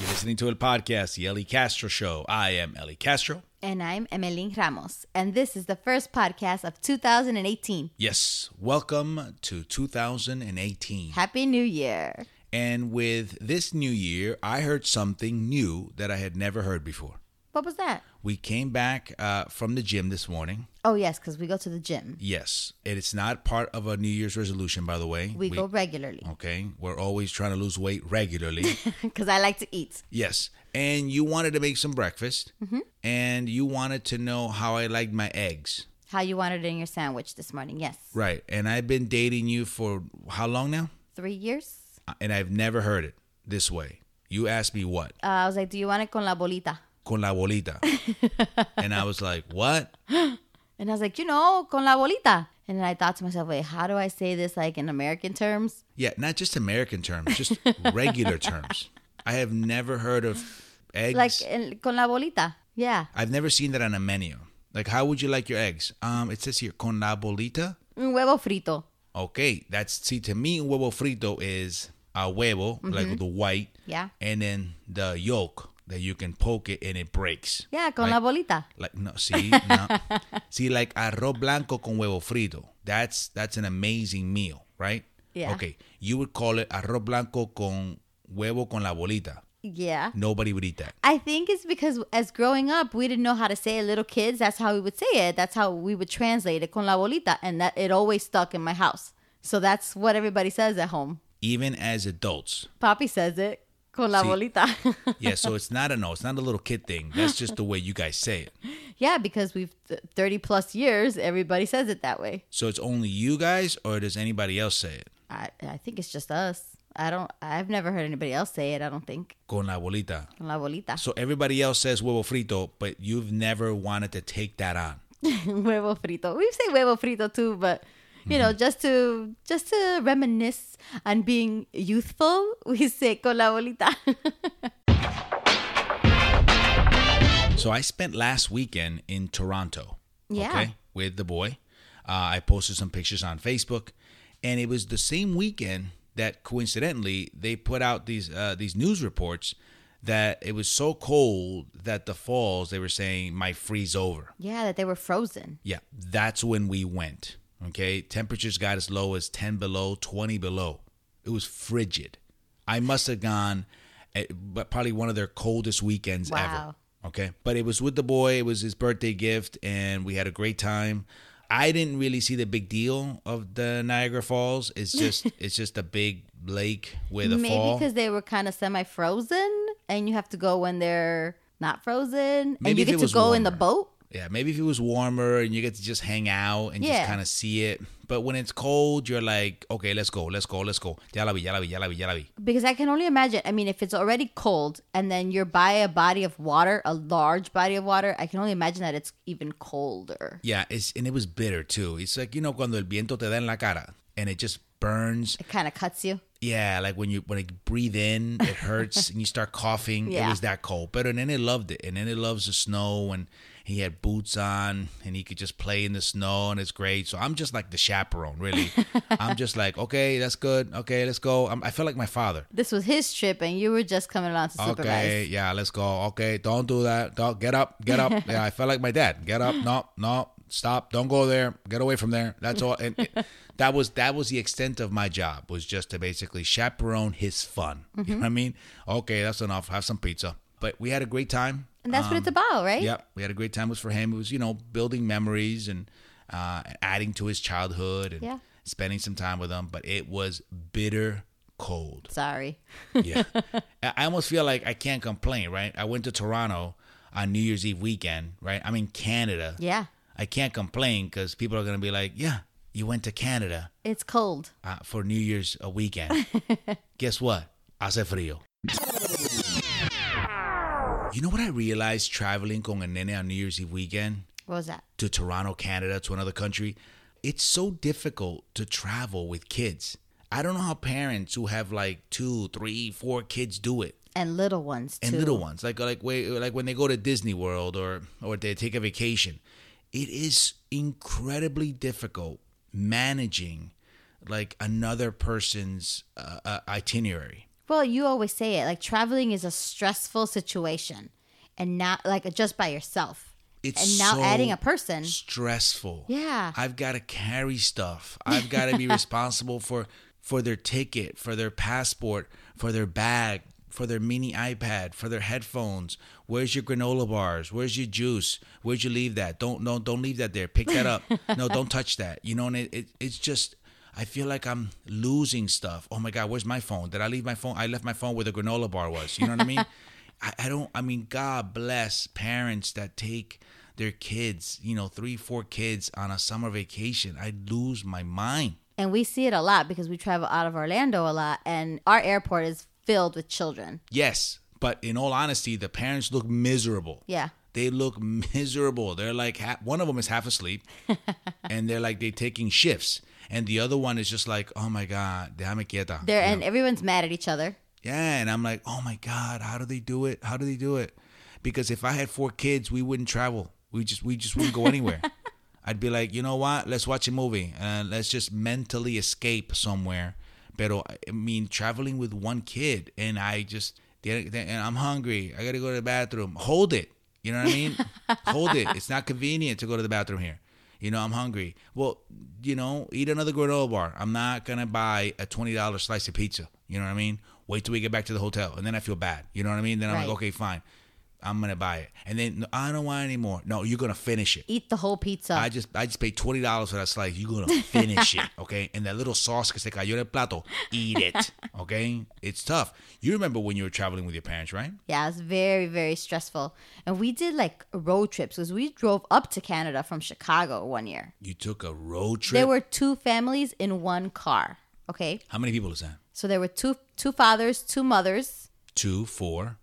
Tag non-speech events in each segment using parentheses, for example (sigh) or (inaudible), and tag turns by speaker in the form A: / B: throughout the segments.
A: You're listening to a podcast, The Ellie Castro Show. I am Ellie Castro.
B: And I'm Emeline Ramos. And this is the first podcast of 2018.
A: Yes, welcome to 2018.
B: Happy New Year.
A: And with this new year, I heard something new that I had never heard before.
B: What was that?
A: We came back uh, from the gym this morning.
B: Oh, yes, because we go to the gym.
A: Yes, it is not part of a New Year's resolution, by the way.
B: We, go regularly
A: Okay, we're always trying to lose weight
B: (laughs)
A: regularly.
B: because I like to eat.
A: yes, and you wanted to make some breakfast,
B: Mm-hmm.
A: and you wanted to know how I liked my eggs.
B: How you wanted it in your sandwich this morning. Yes.
A: Right, and I've been dating you for how long now?
B: Three years?
A: And I've never heard it this way. You asked me what?
B: Uh, I was like, do you want it con la bolita?
A: Con la
B: (laughs)
A: bolita. and I was like, what?
B: And I was like, you know, con la bolita. And then I thought to myself, wait, how do I say this like in American terms?
A: Yeah, not just American terms, just regular terms. I have never heard of eggs.
B: Like en- con la bolita. Yeah.
A: I've never seen that on a menu. Like, how would you like your eggs? Um, it says here con la bolita.
B: Un huevo frito.
A: Okay, that's see to me un huevo frito is a huevo, like the white,
B: Mm-hmm. Yeah.
A: and then the yolk that you can poke it and it breaks.
B: Yeah, con la
A: like,
B: bolita.
A: like no, see, no, see, like arroz blanco con huevo frito. That's that's an amazing meal, right?
B: Yeah.
A: Okay, you would call it arroz blanco con huevo con la bolita.
B: Yeah.
A: Nobody would eat that.
B: I think it's because as growing up, we didn't know how to say it. Little kids, that's how we would say it. That's how we would translate it con la bolita. And that it always stuck in my house. So that's what everybody says at home.
A: Even as adults,
B: Papi says it con la
A: See.
B: bolita. (laughs)
A: yeah. So it's not a no. It's not a little kid thing. That's just the way you guys say it.
B: yeah, because we've th- 30 plus years, everybody says it that way.
A: So it's only you guys, or does anybody else say it?
B: I, I think it's just us. I don't, I've never heard anybody else say it, I don't think.
A: Con la bolita.
B: Con la bolita.
A: So everybody else says huevo frito, but you've never wanted to take that on.
B: (laughs) huevo frito. We say huevo frito too, but you
A: Mm-hmm.
B: know, just to just to reminisce on being youthful, (laughs) we say con la bolita. (laughs)
A: So I spent last weekend in Toronto.
B: Yeah.
A: with the boy. Uh, I posted some pictures on Facebook, and it was the same weekend that coincidentally they put out these uh, these news reports that it was so cold that the falls they were saying might freeze over.
B: yeah, that they were frozen.
A: Yeah, that's when we went. Okay, temperatures got as low as ten below, twenty below. It was frigid. I must have gone, at, but probably one of their coldest weekends
B: Wow.
A: ever. Okay, but it was with the boy. It was his birthday gift, and we had a great time. I didn't really see the big deal of the Niagara Falls. It's
B: (laughs)
A: just it's just a big lake with a
B: Maybe
A: fall.
B: because they were kind of semi frozen, and you have to go when they're not frozen, and
A: Maybe
B: you
A: if it
B: get to
A: was
B: go in the
A: warmer.
B: boat.
A: Yeah, maybe if it was warmer and you get to just hang out and
B: Yeah.
A: just kind of see it. But when it's cold, you're like, okay, let's go, let's go, let's go. Ya la vi, ya la vi, ya la vi, ya la vi.
B: Because I can only imagine. I mean, if it's already cold, and then you're by a body of water, a large body of water, I can only imagine that it's even colder.
A: Yeah, it's and it was bitter too. It's like you know cuando el viento te da en la cara and it just burns.
B: It kind of cuts you.
A: Yeah, like when you when you breathe in, it hurts and you start coughing. It
B: Yeah.
A: was that cold. But and then it loved it, and then it loves the snow and he had boots on and he could just play in the snow and it's great. So I'm just like the chaperone,
B: (laughs)
A: really. I'm just like, okay, that's good. Okay, let's go. I'm, I feel like my father.
B: This was his trip, and you were just coming along to supervise.
A: Okay, yeah, let's go. Okay, don't do that. Don't get up,
B: (laughs)
A: get up. yeah, I felt like my dad. Get up. No, no, stop. Don't go there. Get away from there. That's all. And
B: (laughs)
A: it- that was that was the extent of my job was just to basically chaperone his fun. You know
B: Mm-hmm.
A: what I mean? Okay, that's enough. Have some pizza. But we had a great time.
B: And that's
A: Um,
B: what it's about, right?
A: Yep, we had a great time. It was for him. It was you know building memories and uh, adding to his childhood and
B: Yeah.
A: spending some time with him. But it was bitter cold.
B: Sorry.
A: Yeah. (laughs) I I almost feel like I can't complain, right? I went to Toronto on New Year's Eve weekend, right? I'm in Canada.
B: Yeah.
A: I can't complain because people are going to be like, yeah, you went to Canada
B: It's cold.
A: uh, for New Year's a weekend. Guess what? Hace frío. You know what I realized traveling con el nene on New Year's Eve weekend?
B: What was that?
A: to Toronto, Canada, to another country. It's so difficult to travel with kids. I don't know how parents who have like two, three, four kids do it,
B: And little ones too.
A: and little ones like like way like when they go to Disney World or or they take a vacation. It is incredibly difficult managing like another person's uh, uh, itinerary.
B: Well, you always say it like traveling is a stressful situation, and not like just by yourself.
A: It's
B: and now
A: so
B: adding a person.
A: stressful.
B: Yeah.
A: I've got to carry stuff. I've got to be responsible for for their ticket, for their passport, for their bag, for their mini iPad, for their headphones. Where's your granola bars? Where's your juice? Where'd you leave that? Don't don't don't leave that there. Pick that up. no, don't touch that. You know, and it, it it's just I feel like I'm losing stuff. Oh my God, where's my phone? Did I leave my phone? I left my phone where the granola bar was. You know what I mean? I, I don't, I mean, God bless parents that take their kids, you know, three, four kids on a summer vacation. I lose my mind.
B: And we see it a lot because we travel out of Orlando a lot, and our airport is filled with children.
A: Yes, but in all honesty, the parents look miserable.
B: Yeah.
A: They look miserable. They're like, ha- one of them is half asleep and they're like, they're taking shifts. And the other one is just like, oh my God, déjame quieta.
B: There and everyone's mad at each other.
A: Yeah, and I'm like, oh my God, how do they do it? How do they do it? Because if I had four kids, we wouldn't travel. We just we just wouldn't go anywhere. I'd be like, you know what? Let's watch a movie and let's just mentally escape somewhere. But I mean, traveling with one kid and I just and I'm hungry. I gotta go to the bathroom. Hold it. You know what I mean? Hold it. It's not convenient to go to the bathroom here. You know, I'm hungry. Well, you know, eat another granola bar. I'm not gonna buy a twenty dollar slice of pizza. You know what I mean? Wait till we get back to the hotel, and then I feel bad. You know what I mean? Then I'm
B: Right.
A: like, okay, fine, I'm gonna buy it, and then "No, I don't want any more. No, you're gonna finish it.
B: Eat the whole pizza.
A: I just I just paid twenty dollars for that slice. You're
B: (laughs)
A: gonna finish it, okay? And that little sauce que se cayó del plato, eat
B: (laughs)
A: it, okay? It's tough. You remember when you were traveling with your parents, right?
B: yeah, it's very very stressful. And we did like road trips because we drove up to Canada from Chicago one year.
A: You took a road trip.
B: There were two families in one car. Okay,
A: How many people is that?
B: so there were two two fathers, two mothers, um,
A: Two, four,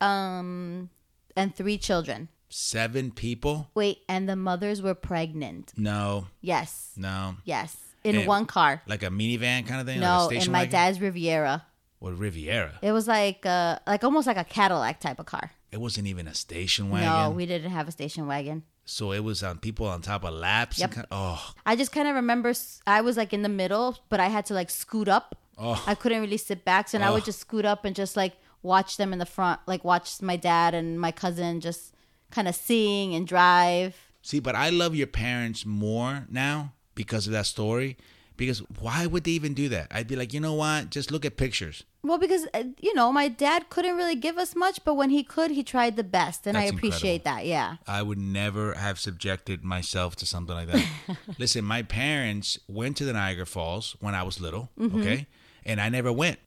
B: and three children.
A: seven people?
B: Wait, and the mothers were pregnant.
A: No,
B: Yes,
A: no.
B: yes, in
A: And-
B: one car.
A: Like a minivan kind of thing? like a
B: No, in
A: station
B: my
A: wagon?
B: dad's Riviera.
A: Or Riviera.
B: It was like uh like almost like a Cadillac type of car.
A: It wasn't even a station
B: No,
A: wagon.
B: we didn't have a station wagon.
A: so it was on people on top of laps. and kind oh,
B: I just kind of remember s- I was like in the middle, but I had to like scoot up.
A: Oh.
B: I couldn't really sit back, so and I would
A: Oh.
B: just scoot up and just like watch them in the front, like watch my dad and my cousin just kind of sing and drive.
A: see, but I love your parents more now because of that story. Because why would they even do that? I'd be like, you know what? Just look at pictures.
B: Well, because uh, you know, my dad couldn't really give us much, but when he could, he tried the best, and
A: That's
B: I appreciate that. Yeah,
A: I would never have subjected myself to something like that.
B: (laughs)
A: Listen, my parents went to the Niagara Falls when I was little,
B: Mm-hmm.
A: okay? And I never went.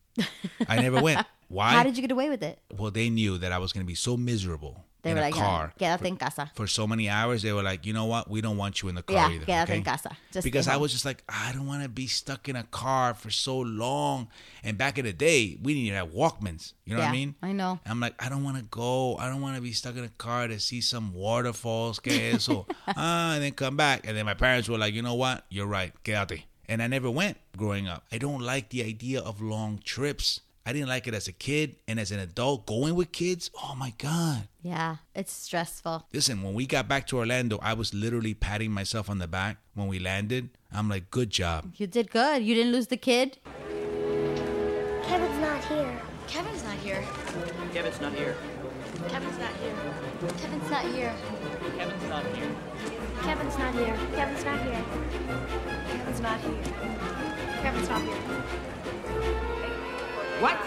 A: I never
B: (laughs)
A: went. Why?
B: how did you get away with it?
A: well, they knew that I was going to be so miserable
B: They
A: in
B: were
A: a
B: like,
A: car.
B: "No, quédate en casa."
A: for so many hours they were like you know what we don't want you in the car
B: Yeah,
A: either
B: quédate
A: okay?
B: en casa. Just stay
A: because i
B: home.
A: was just like i don't want to be stuck in a car for so long and back in the day we didn't even have walkmans you know what
B: Yeah,
A: i mean
B: I know.
A: i'm like i don't want to go i don't want to be stuck in a car to see some waterfalls que
B: (laughs)
A: eso ah, and then come back and then my parents were like you know what you're right quédate and i never went growing up i don't like the idea of long trips i didn't like it as a kid and as an adult going with kids oh my god
B: Yeah, it's stressful.
A: Listen, when we got back to Orlando, I was literally patting myself on the back when we landed. I'm like, good job.
B: You did good. You didn't lose the kid.
C: Kevin's not here.
D: Kevin's not here.
E: Kevin's not here.
D: Kevin's not here.
C: Kevin's not here.
E: Kevin's not here.
C: Kevin's not here. Kevin's not here.
D: Kevin's not here. Kevin's not here.
E: What?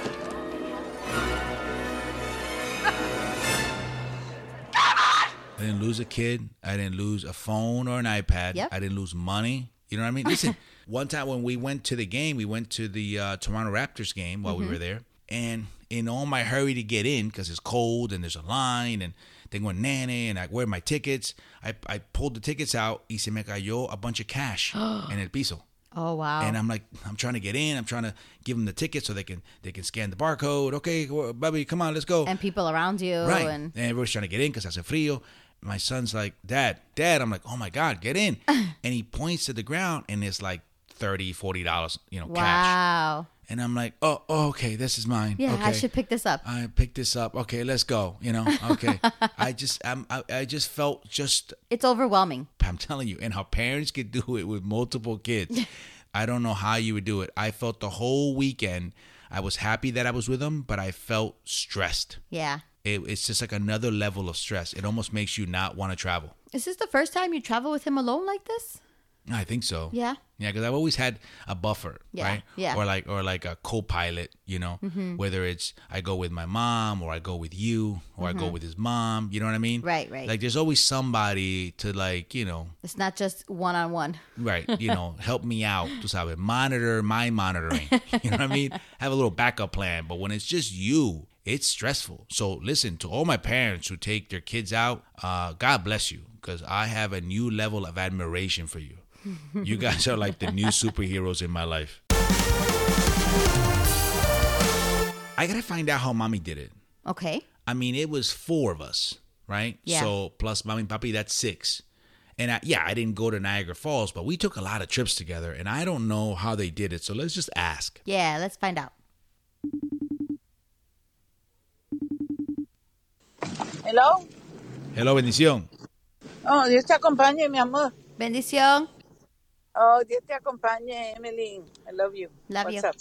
A: I didn't lose a kid. I didn't lose a phone or an iPad.
B: Yep.
A: I didn't lose money. You know what I mean? Listen, one time when we went to the game, we went to the uh, Toronto Raptors game while we were there. And in all my hurry to get in, because it's cold and there's a line and they're going nanny and I wear my tickets, I, I pulled the tickets out. Y se me cayó a bunch of cash en el piso.
B: Oh wow.
A: And I'm like, I'm trying to get in. I'm trying to give them the ticket so they can they can scan the barcode. Okay, well, Bubby, come on, let's go.
B: and people around you
A: right.
B: and
A: And everyone's trying to get in because hace frío. My son's like, Dad, Dad. I'm like, Oh my God, get
B: (laughs)
A: in. and he points to the ground and it's like 30 dollars, you know, cash.
B: wow
A: And I'm like, Oh, oh, okay, this is mine.
B: yeah
A: okay.
B: i should pick this up
A: I picked this up. Okay, let's go. You know,
B: (laughs)
A: okay. I just, I'm, I, I just felt just
B: it's overwhelming
A: I'm telling you, and how parents could do it with multiple kids. I don't know how you would do it. I felt the whole weekend. I was happy that I was with him, but I felt stressed.
B: Yeah.
A: It, it's just like another level of stress. It almost makes you not want to travel.
B: Is this the first time you travel with him alone like this?
A: I think so.
B: Yeah.
A: Yeah, because I've always had a buffer,
B: Yeah,
A: right?
B: yeah. Mm-hmm.
A: Or like, or like a co-pilot, you know. Whether it's I go with my mom, or I go with you, or I go with his mom. You know what I mean?
B: Mm-hmm. Right, right.
A: Like, there's always somebody to like, you know,
B: It's not just one on one.
A: right? You know, help me out. Just have it monitor my monitoring. You know what I mean? Have a little backup plan. But when it's just you, it's stressful. So listen to all my parents who take their kids out. Uh, God bless you, because I have a new level of admiration for you. You guys are like the new superheroes in my life. I gotta find out how mommy did it.
B: Okay.
A: I mean, it was four of us, right?
B: Yeah.
A: So plus mommy and papi, that's six. And I, yeah, I didn't go to Niagara Falls, but we took a lot of trips together, and I don't know how they did it. So let's just ask.
B: Yeah, let's find out.
F: Hello.
A: Hello, bendición.
F: Oh, Dios te acompañe, mi amor.
B: Bendición.
F: Oh, Dios te acompañe, Emily. I love you.
B: Love
F: What's
B: you.
F: Up?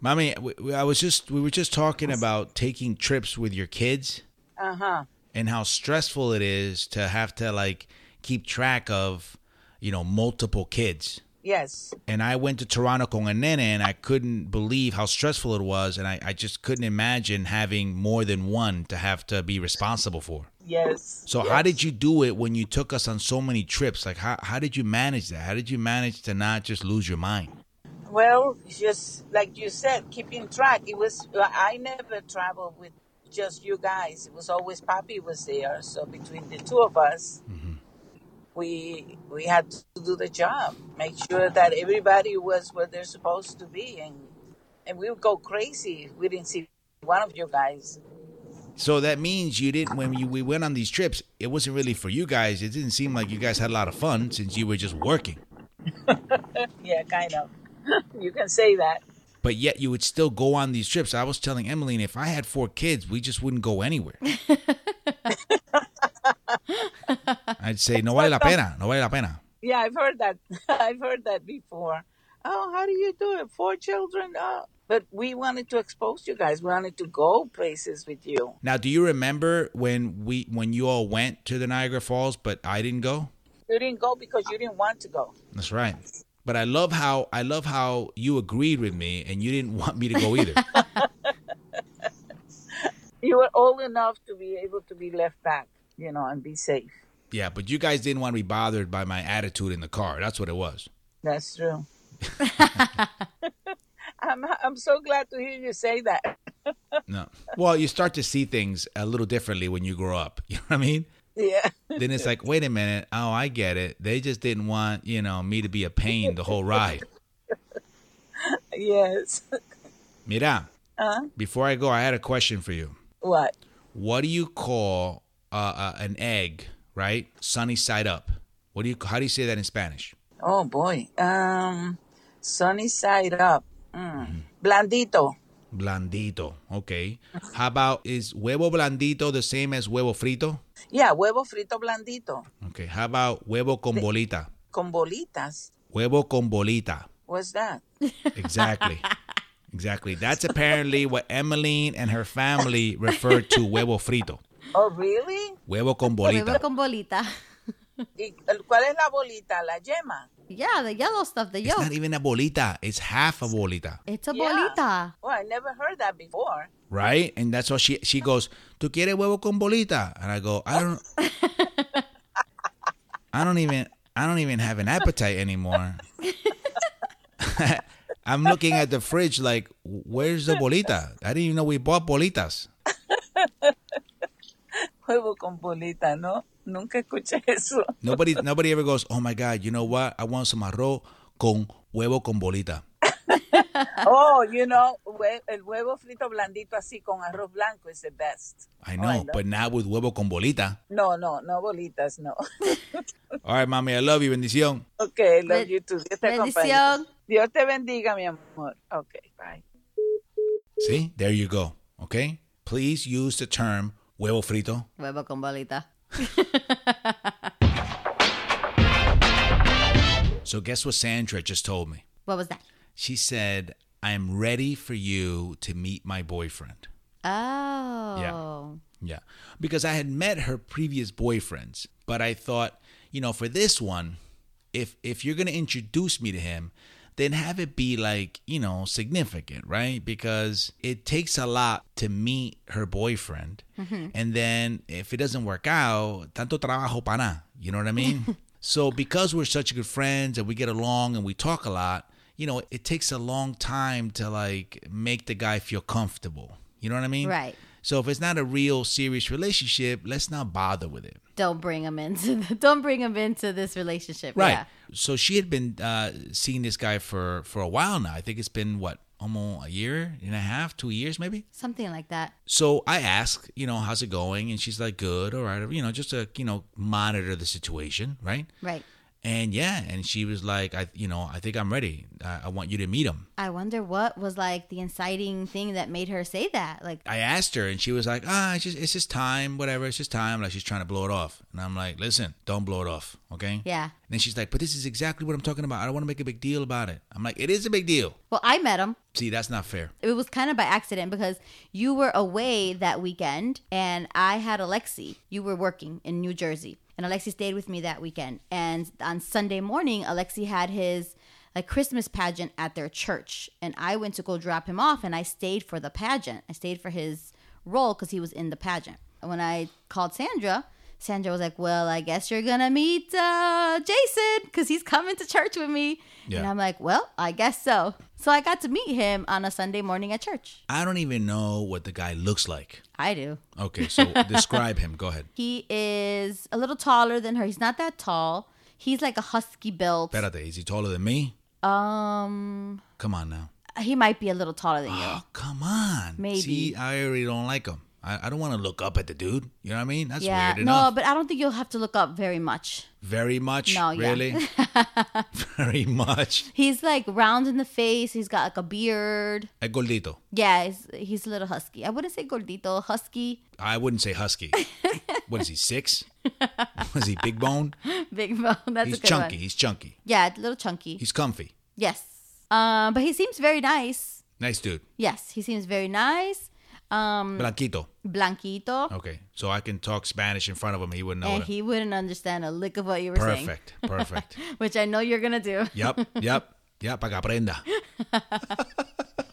A: Mommy, we- we- I was just we were just talking about taking trips with your kids
F: Ajá.
A: and how stressful it is to have to like keep track of, you know, multiple kids.
F: Yes.
A: and I went to Toronto con a nene, and I couldn't believe how stressful it was, and I, I just couldn't imagine having more than one to have to be responsible for.
F: Yes.
A: So how did you do it when you took us on so many trips? Like how how did you manage that? How did you manage to not just lose your mind?
F: Well, just like you said, keeping track. It was uh, I never traveled with just you guys. It was always Papi was there. So between the two of us, we we had to do the job, make sure that everybody was where they're supposed to be, and and we would go crazy if we didn't see one of you guys.
A: So that means you didn't when you, we went on these trips, it wasn't really for you guys. It didn't seem like you guys had a lot of fun since you were just working.
F: Yeah, kind of. (laughs) you can say that.
A: But yet you would still go on these trips. I was telling Emmeline if I had four kids, we just wouldn't go anywhere. I'd say no vale la pena, no vale la pena.
F: Yeah, I've heard that. (laughs) I've heard that before. Oh, how do you do it? Four children. Oh. But we wanted to expose you guys. We wanted to go places with you.
A: Now, do you remember when we when you all went to the Niagara Falls, but I didn't go?
F: You didn't go because you didn't want to go.
A: That's right. But I love how I love how you agreed with me and you didn't (laughs) want me to go either.
F: You were old enough to be able to be left back, you know, and be safe.
A: yeah, but you guys didn't want to be bothered by my attitude in the car. That's what it was.
F: That's true. (laughs) I'm I'm so glad to hear you say that. (laughs)
A: No. Well, you start to see things a little differently when you grow up. (laughs) You know what I mean?
F: Yeah. (laughs)
A: then it's like, wait a minute. Oh, I get it. They just didn't want, you know, me to be a pain the whole ride.
F: Yes. (laughs)
A: Mira, before I go, I had a question for you.
F: What?
A: What do you call uh, uh, an egg, right? Sunny side up. What do you, how do you say that in Spanish?
F: Oh boy. Um, sunny side up. Mm. Blandito.
A: Blandito. Okay. How about, is huevo blandito the same as huevo frito?
F: Yeah, huevo frito blandito.
A: Okay. How about huevo con bolita?
F: con bolitas.
A: Huevo con bolita.
F: What's that?
A: Exactly. Exactly. That's apparently what Emmeline and her family refer to huevo frito.
F: Oh, really?
A: Huevo con
B: Huevo
A: bolita.
B: con bolita. (laughs)
F: ¿Y el- cuál es la bolita? La yema.
B: Yeah, the yellow stuff, the
A: It's
B: yolk.
A: not e- even a bolita. It's half a bolita,
B: It's a
F: Yeah.
B: bolita.
F: Oh, I never heard that before.
A: right? And that's why she she goes, "Tu quieres huevo con bolita?" And I go, "I
B: (laughs)
A: don't, I don't even, I don't even have an appetite anymore." (laughs) I'm looking at the fridge like, "Where's the bolita?" I didn't even know we bought bolitas.
F: Huevo con bolita, ¿no? Nunca escuché (laughs) eso.
A: Nobody nobody ever goes, "Oh my God, you know what? I want some arroz con huevo con bolita."
F: Oh, you know, hue- el huevo frito blandito así con arroz blanco is the best.
A: I
F: Oh,
A: know,
F: love-
A: but not with huevo con (laughs) bolita.
F: No, no, no bolitas, no. (laughs)
A: All right, mommy, I love you. Bendición.
F: Okay, I love
B: Ben-
F: you too. Dios te acompañe.
B: Bendición.
F: Dios te bendiga, mi amor. Okay, bye.
A: See, there you go. Okay, please use the term huevo frito.
B: Huevo con bolita.
A: So guess what Sandra just told me?
B: What was that?
A: She said, I'm ready for you to meet my boyfriend.
B: Oh.
A: Yeah. Because I had met her previous boyfriends, but I thought, you know, for this one, if if you're going to introduce me to him, then have it be like, you know, significant, right? Because it takes a lot to meet her boyfriend. And then if it doesn't work out, tanto trabajo para nada. You know what I mean? so because we're such good friends and we get along and we talk a lot, you know, it takes a long time to like make the guy feel comfortable. You know what I mean?
B: Right.
A: So if it's not a real serious relationship, let's not bother with it.
B: Don't bring him into the, (laughs) don't bring him into this relationship.
A: Right.
B: Yeah.
A: So she had been uh, seeing this guy for for a while now. I think it's been what almost a year and a half, two years maybe.
B: Something like that.
A: So I ask, you know, how's it going? And she's like, good, all right, you know, just to you know monitor the situation, right?
B: Right.
A: And yeah, and she was like, I, you know, I think I'm ready. I, I want you to meet him.
B: I wonder what was like the inciting thing that made her say that. Like,
A: I asked her, and she was like, "Ah, it's just it's just time, whatever. It's just time." Like she's trying to blow it off, and I'm like, "Listen, don't blow it off, okay?"
B: Yeah.
A: And then she's like, "But this is exactly what I'm talking about. I don't want to make a big deal about it." I'm like, "It is a big deal."
B: well, I met him.
A: See, that's not fair.
B: It was kind of by accident because you were away that weekend and I had Alexi. You were working in New Jersey and Alexi stayed with me that weekend. And on Sunday morning, Alexi had his like Christmas pageant at their church and I went to go drop him off and I stayed for the pageant. I stayed for his role cuz he was in the pageant. And when I called Sandra, Sandra was like, "Well, I guess you're gonna meet uh, Jason because he's coming to church with me." And
A: Yeah.
B: I'm like, "Well, I guess so." So I got to meet him on a Sunday morning at church.
A: I don't even know what the guy looks like.
B: I do.
A: Okay, so
B: (laughs)
A: describe him. Go ahead.
B: He is a little taller than her. He's not that tall. He's like a husky build.
A: Espérate, is he taller than me?
B: Um,
A: Come on now.
B: he might be a little taller than you.
A: (gasps) Oh, come on.
B: Maybe.
A: See, I already don't like him. I, I don't want to look up at the dude. You know what I mean? That's
B: yeah.
A: weird
B: No,
A: enough.
B: but I don't think you'll have to look up very much.
A: Very much.
B: No, yeah.
A: really.
B: (laughs)
A: Very much.
B: He's like round in the face. He's got like a beard.
A: A gordito.
B: Yeah, he's, he's a little husky. I wouldn't say gordito, husky. (laughs)
A: I wouldn't say husky. what is he? Six? Was he big bone?
B: Big bone. That's
A: He's
B: a good
A: chunky.
B: one.
A: He's chunky.
B: Yeah, a little chunky.
A: He's comfy.
B: yes. Um, but he seems very nice.
A: Nice dude.
B: Yes, he seems very nice. Um,
A: Blanquito.
B: blanquito,
A: Okay, so I can talk Spanish in front of him. He wouldn't know
B: and
A: it.
B: he wouldn't understand a lick of what you were
A: Oh, Perfect. Perfect.
B: saying, (laughs) which I know you're gonna do.
A: yep. Yep. Yep. Para que aprenda.
B: (laughs)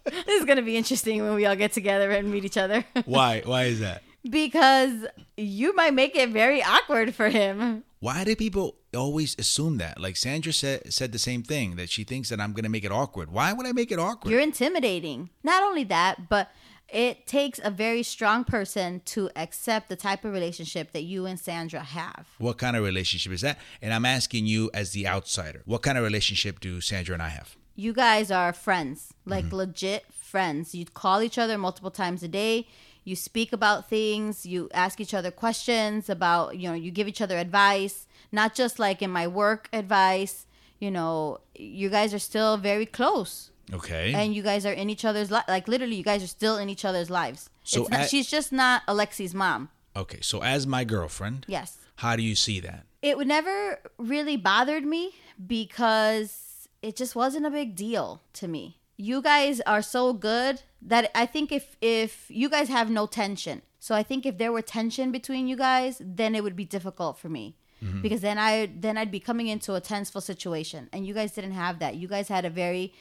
B: this is gonna be interesting when we all get together and meet each other (laughs)
A: Why? Why is that?
B: because you might make it very awkward for him.
A: Why do people always assume that? Like Sandra said, said the same thing that she thinks that I'm going to make it awkward. Why would I make it awkward?
B: You're intimidating. Not only that, but it takes a very strong person to accept the type of relationship that you and Sandra have.
A: what kind of relationship is that? And I'm asking you as the outsider. What kind of relationship do Sandra and I have?
B: you guys are friends, like
A: Mm-hmm.
B: legit friends. You call each other multiple times a day. You speak about things. You ask each other questions about, you know, you give each other advice, not just like in my work advice. You know, you guys are still very close
A: Okay.
B: and you guys are in each other's lives. Like literally, you guys are still in each other's lives.
A: So
B: It's not-
A: at-
B: she's just not Alexi's mom.
A: okay. So as my girlfriend,
B: Yes.
A: how do you see that?
B: it would never really bothered me because it just wasn't a big deal to me. You guys are so good that I think if if you guys have no tension. So I think if there were tension between you guys, then it would be difficult for me.
A: Mm-hmm.
B: Because then I then I'd be coming into a tenseful situation and you guys didn't have that. You guys had a very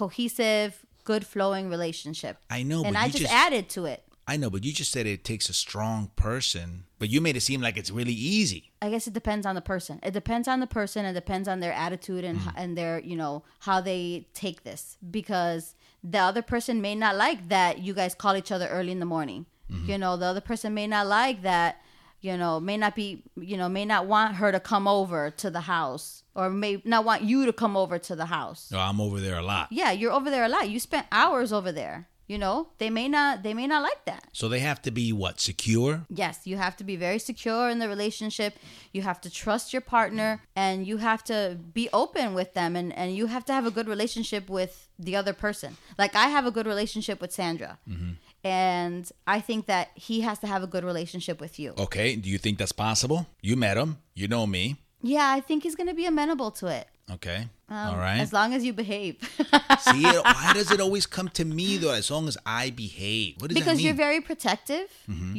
B: cohesive, good flowing relationship.
A: I know,
B: And
A: but
B: I
A: you
B: just,
A: just-
B: added to it.
A: I know, but you just said it takes a strong person, but you made it seem like it's really easy.
B: I guess it depends on the person. It depends on the person. It depends on their attitude and and their you know how they take this because the other person may not like that you guys call each other early in the morning. You know, the other person may not like that. You know, may not be you know may not want her to come over to the house or may not want you to come over to the house.
A: No, Oh, I'm over there a lot.
B: Yeah, you're over there a lot. You spent hours over there. You know, they may not they may not like that.
A: So they have to be what? Secure?
B: Yes, you have to be very secure in the relationship. You have to trust your partner and you have to be open with them and, and you have to have a good relationship with the other person. Like I have a good relationship with Sandra.
A: Mm-hmm.
B: And I think that he has to have a good relationship with you.
A: Okay. Do you think that's possible? You met him. You know me.
B: Yeah, I think he's gonna be amenable to it.
A: Okay.
B: Um,
A: All right.
B: As long as you behave. (laughs)
A: See, it- why does it always come to me though? As long as I behave, what does that
B: because
A: mean? Mm-hmm.
B: you're very protective.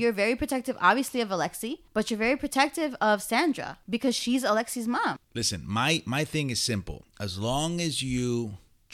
B: You're very protective, obviously, of Alexi, but you're very protective of Sandra because she's Alexi's mom.
A: Listen, my my thing is simple. As long as you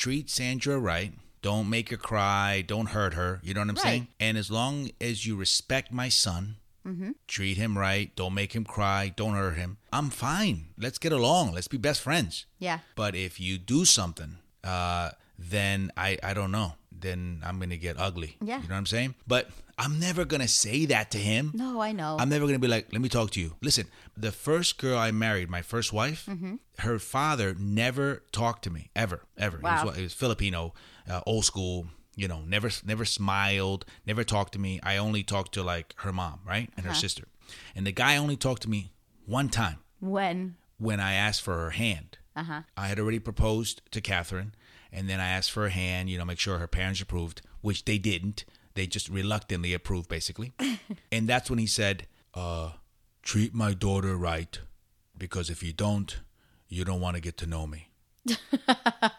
A: treat Sandra right, don't make her cry, don't hurt her. You know what I'm
B: Right.
A: saying? And as long as you respect my son,
B: Mm-hmm.
A: treat him right, don't make him cry, don't hurt him. I'm fine. Let's get along. Let's be best friends.
B: Yeah.
A: But if you do something, uh, then I I don't know. Then I'm gonna get ugly.
B: Yeah.
A: You know what I'm saying? But I'm never gonna say that to him.
B: No, I know.
A: I'm never gonna be like, let me talk to you. Listen, the first girl I married, my first wife,
B: Mm-hmm.
A: her father never talked to me ever, ever. He,
B: Wow.
A: was, he was Filipino, uh, old school. You know, never never smiled, never talked to me. I only talked to like her mom, right, and
B: Uh-huh.
A: her sister. And the guy only talked to me one time
B: when?
A: when I asked for her hand. I had already proposed to Catherine, and then I asked for her hand, you know, make sure her parents approved, which they didn't. They just reluctantly approved, basically. and that's when he said, uh, treat my daughter right, because if you don't, you don't want to get to know me.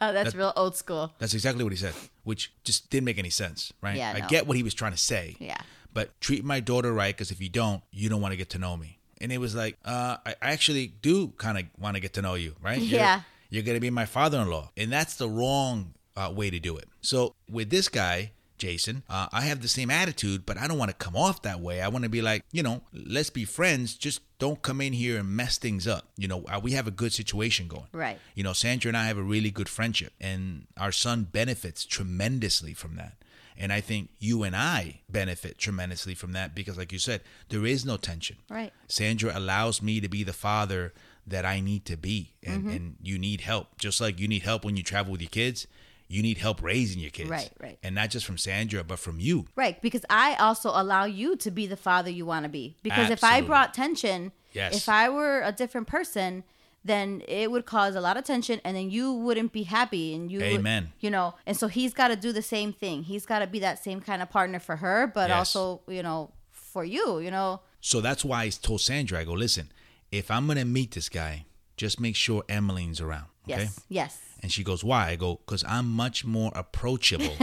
B: Oh, that's real old school.
A: That's exactly what he said, which just didn't make any sense, right?
B: Yeah,
A: I
B: no.
A: get what he was trying to say.
B: Yeah.
A: But treat my daughter right, because if you don't, you don't want to get to know me. And it was like, uh, I I actually do kind of want to get to know you, right? You're-
B: Yeah.
A: You're, going to be my father in law. And that's the wrong uh, way to do it. So with this guy, Jason, uh, I have the same attitude, but I don't want to come off that way. I want to be like, you know, let's be friends. Just don't come in here and mess things up. You know, uh, we have a good situation going.
B: Right.
A: You know, Sandra and I have a really good friendship, and our son benefits tremendously from that. And I think you and I benefit tremendously from that because, like you said, there is no tension.
B: Right.
A: Sandra allows me to be the father that I need to be, and,
B: Mm-hmm.
A: and you need help. Just like you need help when you travel with your kids, you need help raising your kids.
B: Right, right.
A: And not just from Sandra, but from you.
B: Right, because I also allow you to be the father you want to be. Because if
A: Absolutely.
B: I brought tension,
A: Yes.
B: if I were a different person, then it would cause a lot of tension, and then you wouldn't be happy, and you, would-
A: Amen.
B: you know. And so he's got to do the same thing. He's got to be that same kind of partner for her, but
A: Yes.
B: also, you know, for you, you know.
A: So that's why I told Sandra, I go, listen, if I'm going to meet this guy, just make sure Emmeline's around. Okay.
B: Yes, yes,
A: And she goes, Why? I go, Because I'm much more approachable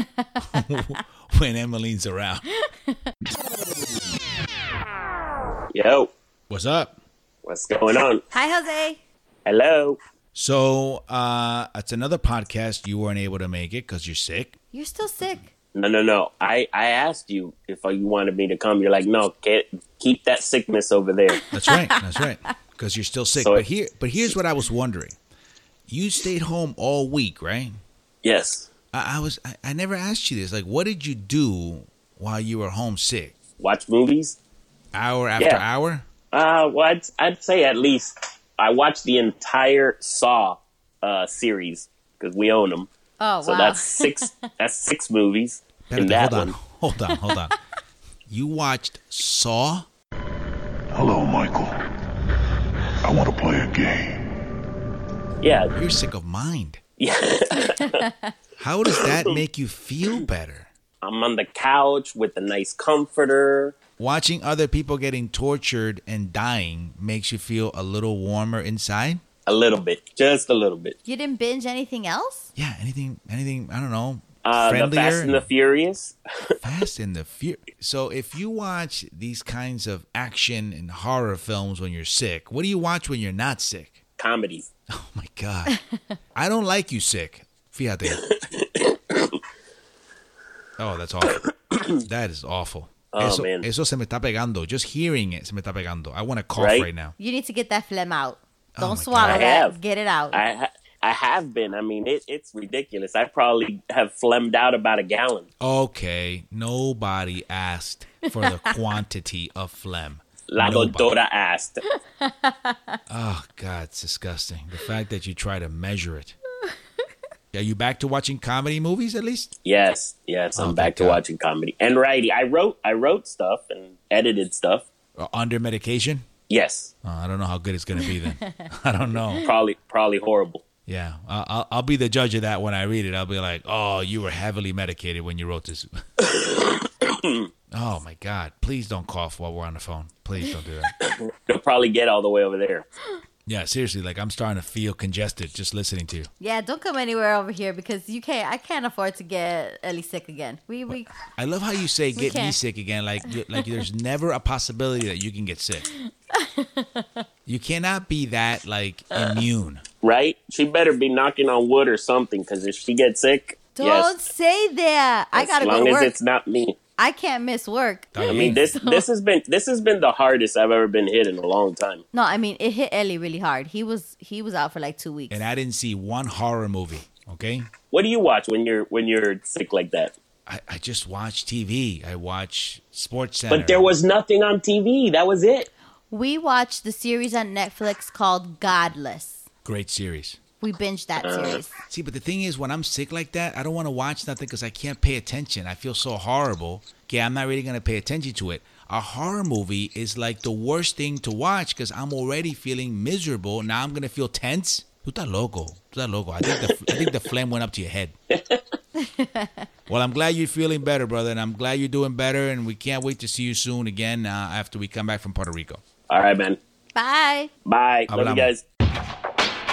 A: (laughs) when Emmeline's around.
G: Yo,
A: What's up?
G: what's going on?
B: Hi, Jose.
G: Hello.
A: So, uh, it's another podcast. You weren't able to make it because you're sick.
B: You're still sick.
G: No, no, no. I, I asked you if you wanted me to come. You're like, no, can't, keep that sickness over there.
A: That's right. That's right. Because you're still sick.
G: So-
A: but here, but here's what I was wondering. You stayed home all week, right?
G: yes.
A: I, I was. I, I never asked you this. Like, what did you do while you were homesick?
G: Watch movies?
A: Hour after
G: Yeah.
A: hour.
G: Uh, well, I'd, I'd say at least I watched the entire Saw uh, series because we own them.
B: Oh
G: So
B: wow. (laughs)
G: that's six. that's six movies.
A: Better-
G: and that
A: hold on.
G: one.
A: Hold on.
G: (laughs)
A: Hold on. you watched Saw.
H: Hello, Michael. I want to play a game.
G: Yeah,
A: You're sick of mind.
G: yeah. (laughs)
A: How does
G: (coughs)
A: that make you feel better?
G: I'm on the couch with a nice comforter.
A: Watching other people getting tortured and dying makes you feel a little warmer inside?
G: A little bit, just a little bit.
B: you didn't binge anything else?
A: Yeah, anything anything, I don't know,
G: Uh, the
A: friendlier.
G: Fast and the Furious.
A: Fast and the Fury. So if you watch these kinds of action and horror films when you're sick, what do you watch when you're not sick?
G: comedy.
A: Oh my god.
G: (laughs)
A: I don't like you sick. Fíjate. Oh, that's awful.
G: (coughs)
A: that is awful.
G: Oh,
A: eso,
G: man.
A: eso se me está pegando. Just hearing it se me está pegando. I want to cough
G: Right?
A: right now.
B: You need to get that phlegm out.
A: Oh
B: Don't
A: my
B: swallow
G: God. I
B: that.
G: have.
B: Get it out.
G: I ha- I have been. I mean, it, it's ridiculous. I probably have phlegmed out about a gallon.
A: Okay, nobody asked for
G: (laughs)
A: the quantity of phlegm.
G: La
A: Nobody.
G: doctora
B: (laughs)
G: asked.
A: Oh God, it's disgusting. The fact that you try to measure it. Are you back to watching comedy movies at least?
G: Yes, yes. I'm
A: Oh,
G: back
A: thank
G: to
A: God.
G: watching comedy and writing. I wrote I wrote stuff and edited stuff.
A: Or under medication?
B: (laughs)
G: Yes,
A: Uh, I don't know how good it's gonna be
G: (laughs)
A: then. I don't know.
G: probably probably horrible.
A: Yeah, I- I'll I'll be the judge of that when I read it. I'll be like, oh, you were heavily medicated when you wrote this. (coughs) oh my God! Please don't cough while we're on the phone. Please don't do that.
G: They'll probably get all the way over there.
A: Yeah, seriously, like I'm starting to feel congested just listening to you.
B: Yeah, don't come anywhere over here because you can't. I can't afford to get Ellie sick again. We we
A: I love how you say "get me
B: can't.
A: sick" again. Like, you, like there's never a possibility that you can get sick. You cannot be that like immune.
G: right? She better be knocking on wood or something because if she gets sick,
B: don't
G: yes,
B: say that. I gotta
G: as
B: go
G: long
B: to
G: as
B: work.
G: it's not me.
B: I can't miss work.
G: I
B: (laughs)
G: mean, this this has been this has been the hardest I've ever been hit in a long time.
B: No, I mean it hit Ellie really hard. He was he was out for like two weeks.
A: and I didn't see one horror movie. Okay,
G: What do you watch when you're when you're sick like that?
A: I, I just watch TV. I watch Sports Center.
G: But there was nothing on TV. That was it.
B: We watched the series on Netflix called Godless.
A: great series.
B: We binged that
G: Uh.
B: series.
A: See, but the thing is, when I'm sick like that, I don't want to watch nothing because I can't pay attention. I feel so horrible. Okay, I'm not really gonna pay attention to it. A horror movie is like the worst thing to watch because I'm already feeling miserable. Now I'm gonna feel tense. Tú estás loco. Tú estás loco. I think the I think the flame went up to your head. Well, I'm glad you're feeling better, brother, and I'm glad you're doing better. And we can't wait to see you soon again uh, after we come back from Puerto Rico.
G: All right, man.
B: Bye.
G: Bye. Love
A: Hablamos.
G: you guys.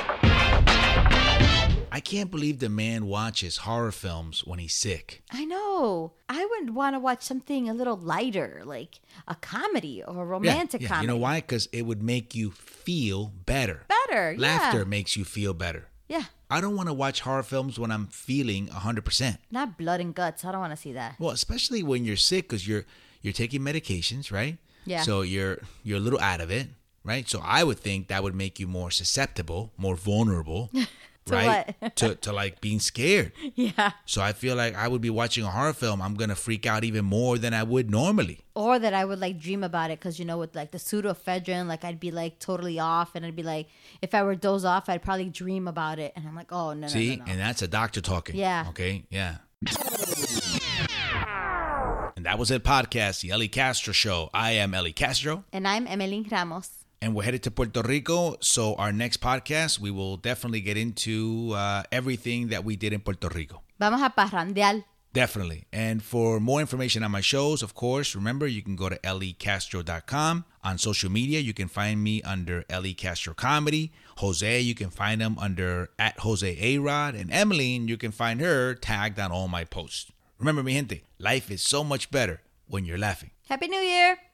A: I can't believe the man watches horror films when he's sick.
B: I know. I would want to watch something a little lighter, like a comedy or a romantic
A: yeah, yeah.
B: comedy.
A: You know why? Because it would make you feel better.
B: Better. yeah.
A: Laughter makes you feel better.
B: Yeah.
A: I don't want to watch horror films when I'm feeling 100%.
B: Not blood and guts. I don't want to
A: (laughs)
B: see that.
A: Well, especially when you're sick cuz you're you're taking medications, right?
B: Yeah.
A: So you're you're a little out of it, right? So I would think that would make you more susceptible, more
B: (laughs)
A: vulnerable, right?
B: what?
A: (laughs) to to like being scared.
B: Yeah.
A: So I feel like I would be watching a horror film, I'm going to freak out even more than I would normally.
B: Or that I would like dream about it because, you know, with like the pseudoephedrine, like I'd be like totally off and I'd be like, if I were doze off, I'd probably dream about it. And I'm like, oh, no, no,
A: See,
B: no, no.
A: and that's a doctor talking.
B: Yeah.
A: Okay. Yeah. And that was it, podcast, the Ellie Castro Show. I am Ellie Castro,
B: And I'm Emeline Ramos.
A: and we're headed to Puerto Rico. So, our next podcast, we will definitely get into uh, everything that we did in Puerto Rico.
B: Vamos a parrandear.
A: Definitely. And for more information on my shows, of course, remember you can go to E lecastro.com. On social media, you can find me under Ellie Castro Comedy. Jose, you can find him under at Jose Arod. And Emmeline, you can find her tagged on all my posts. Remember, mi gente, life is so much better when you're laughing.
B: Happy New Year.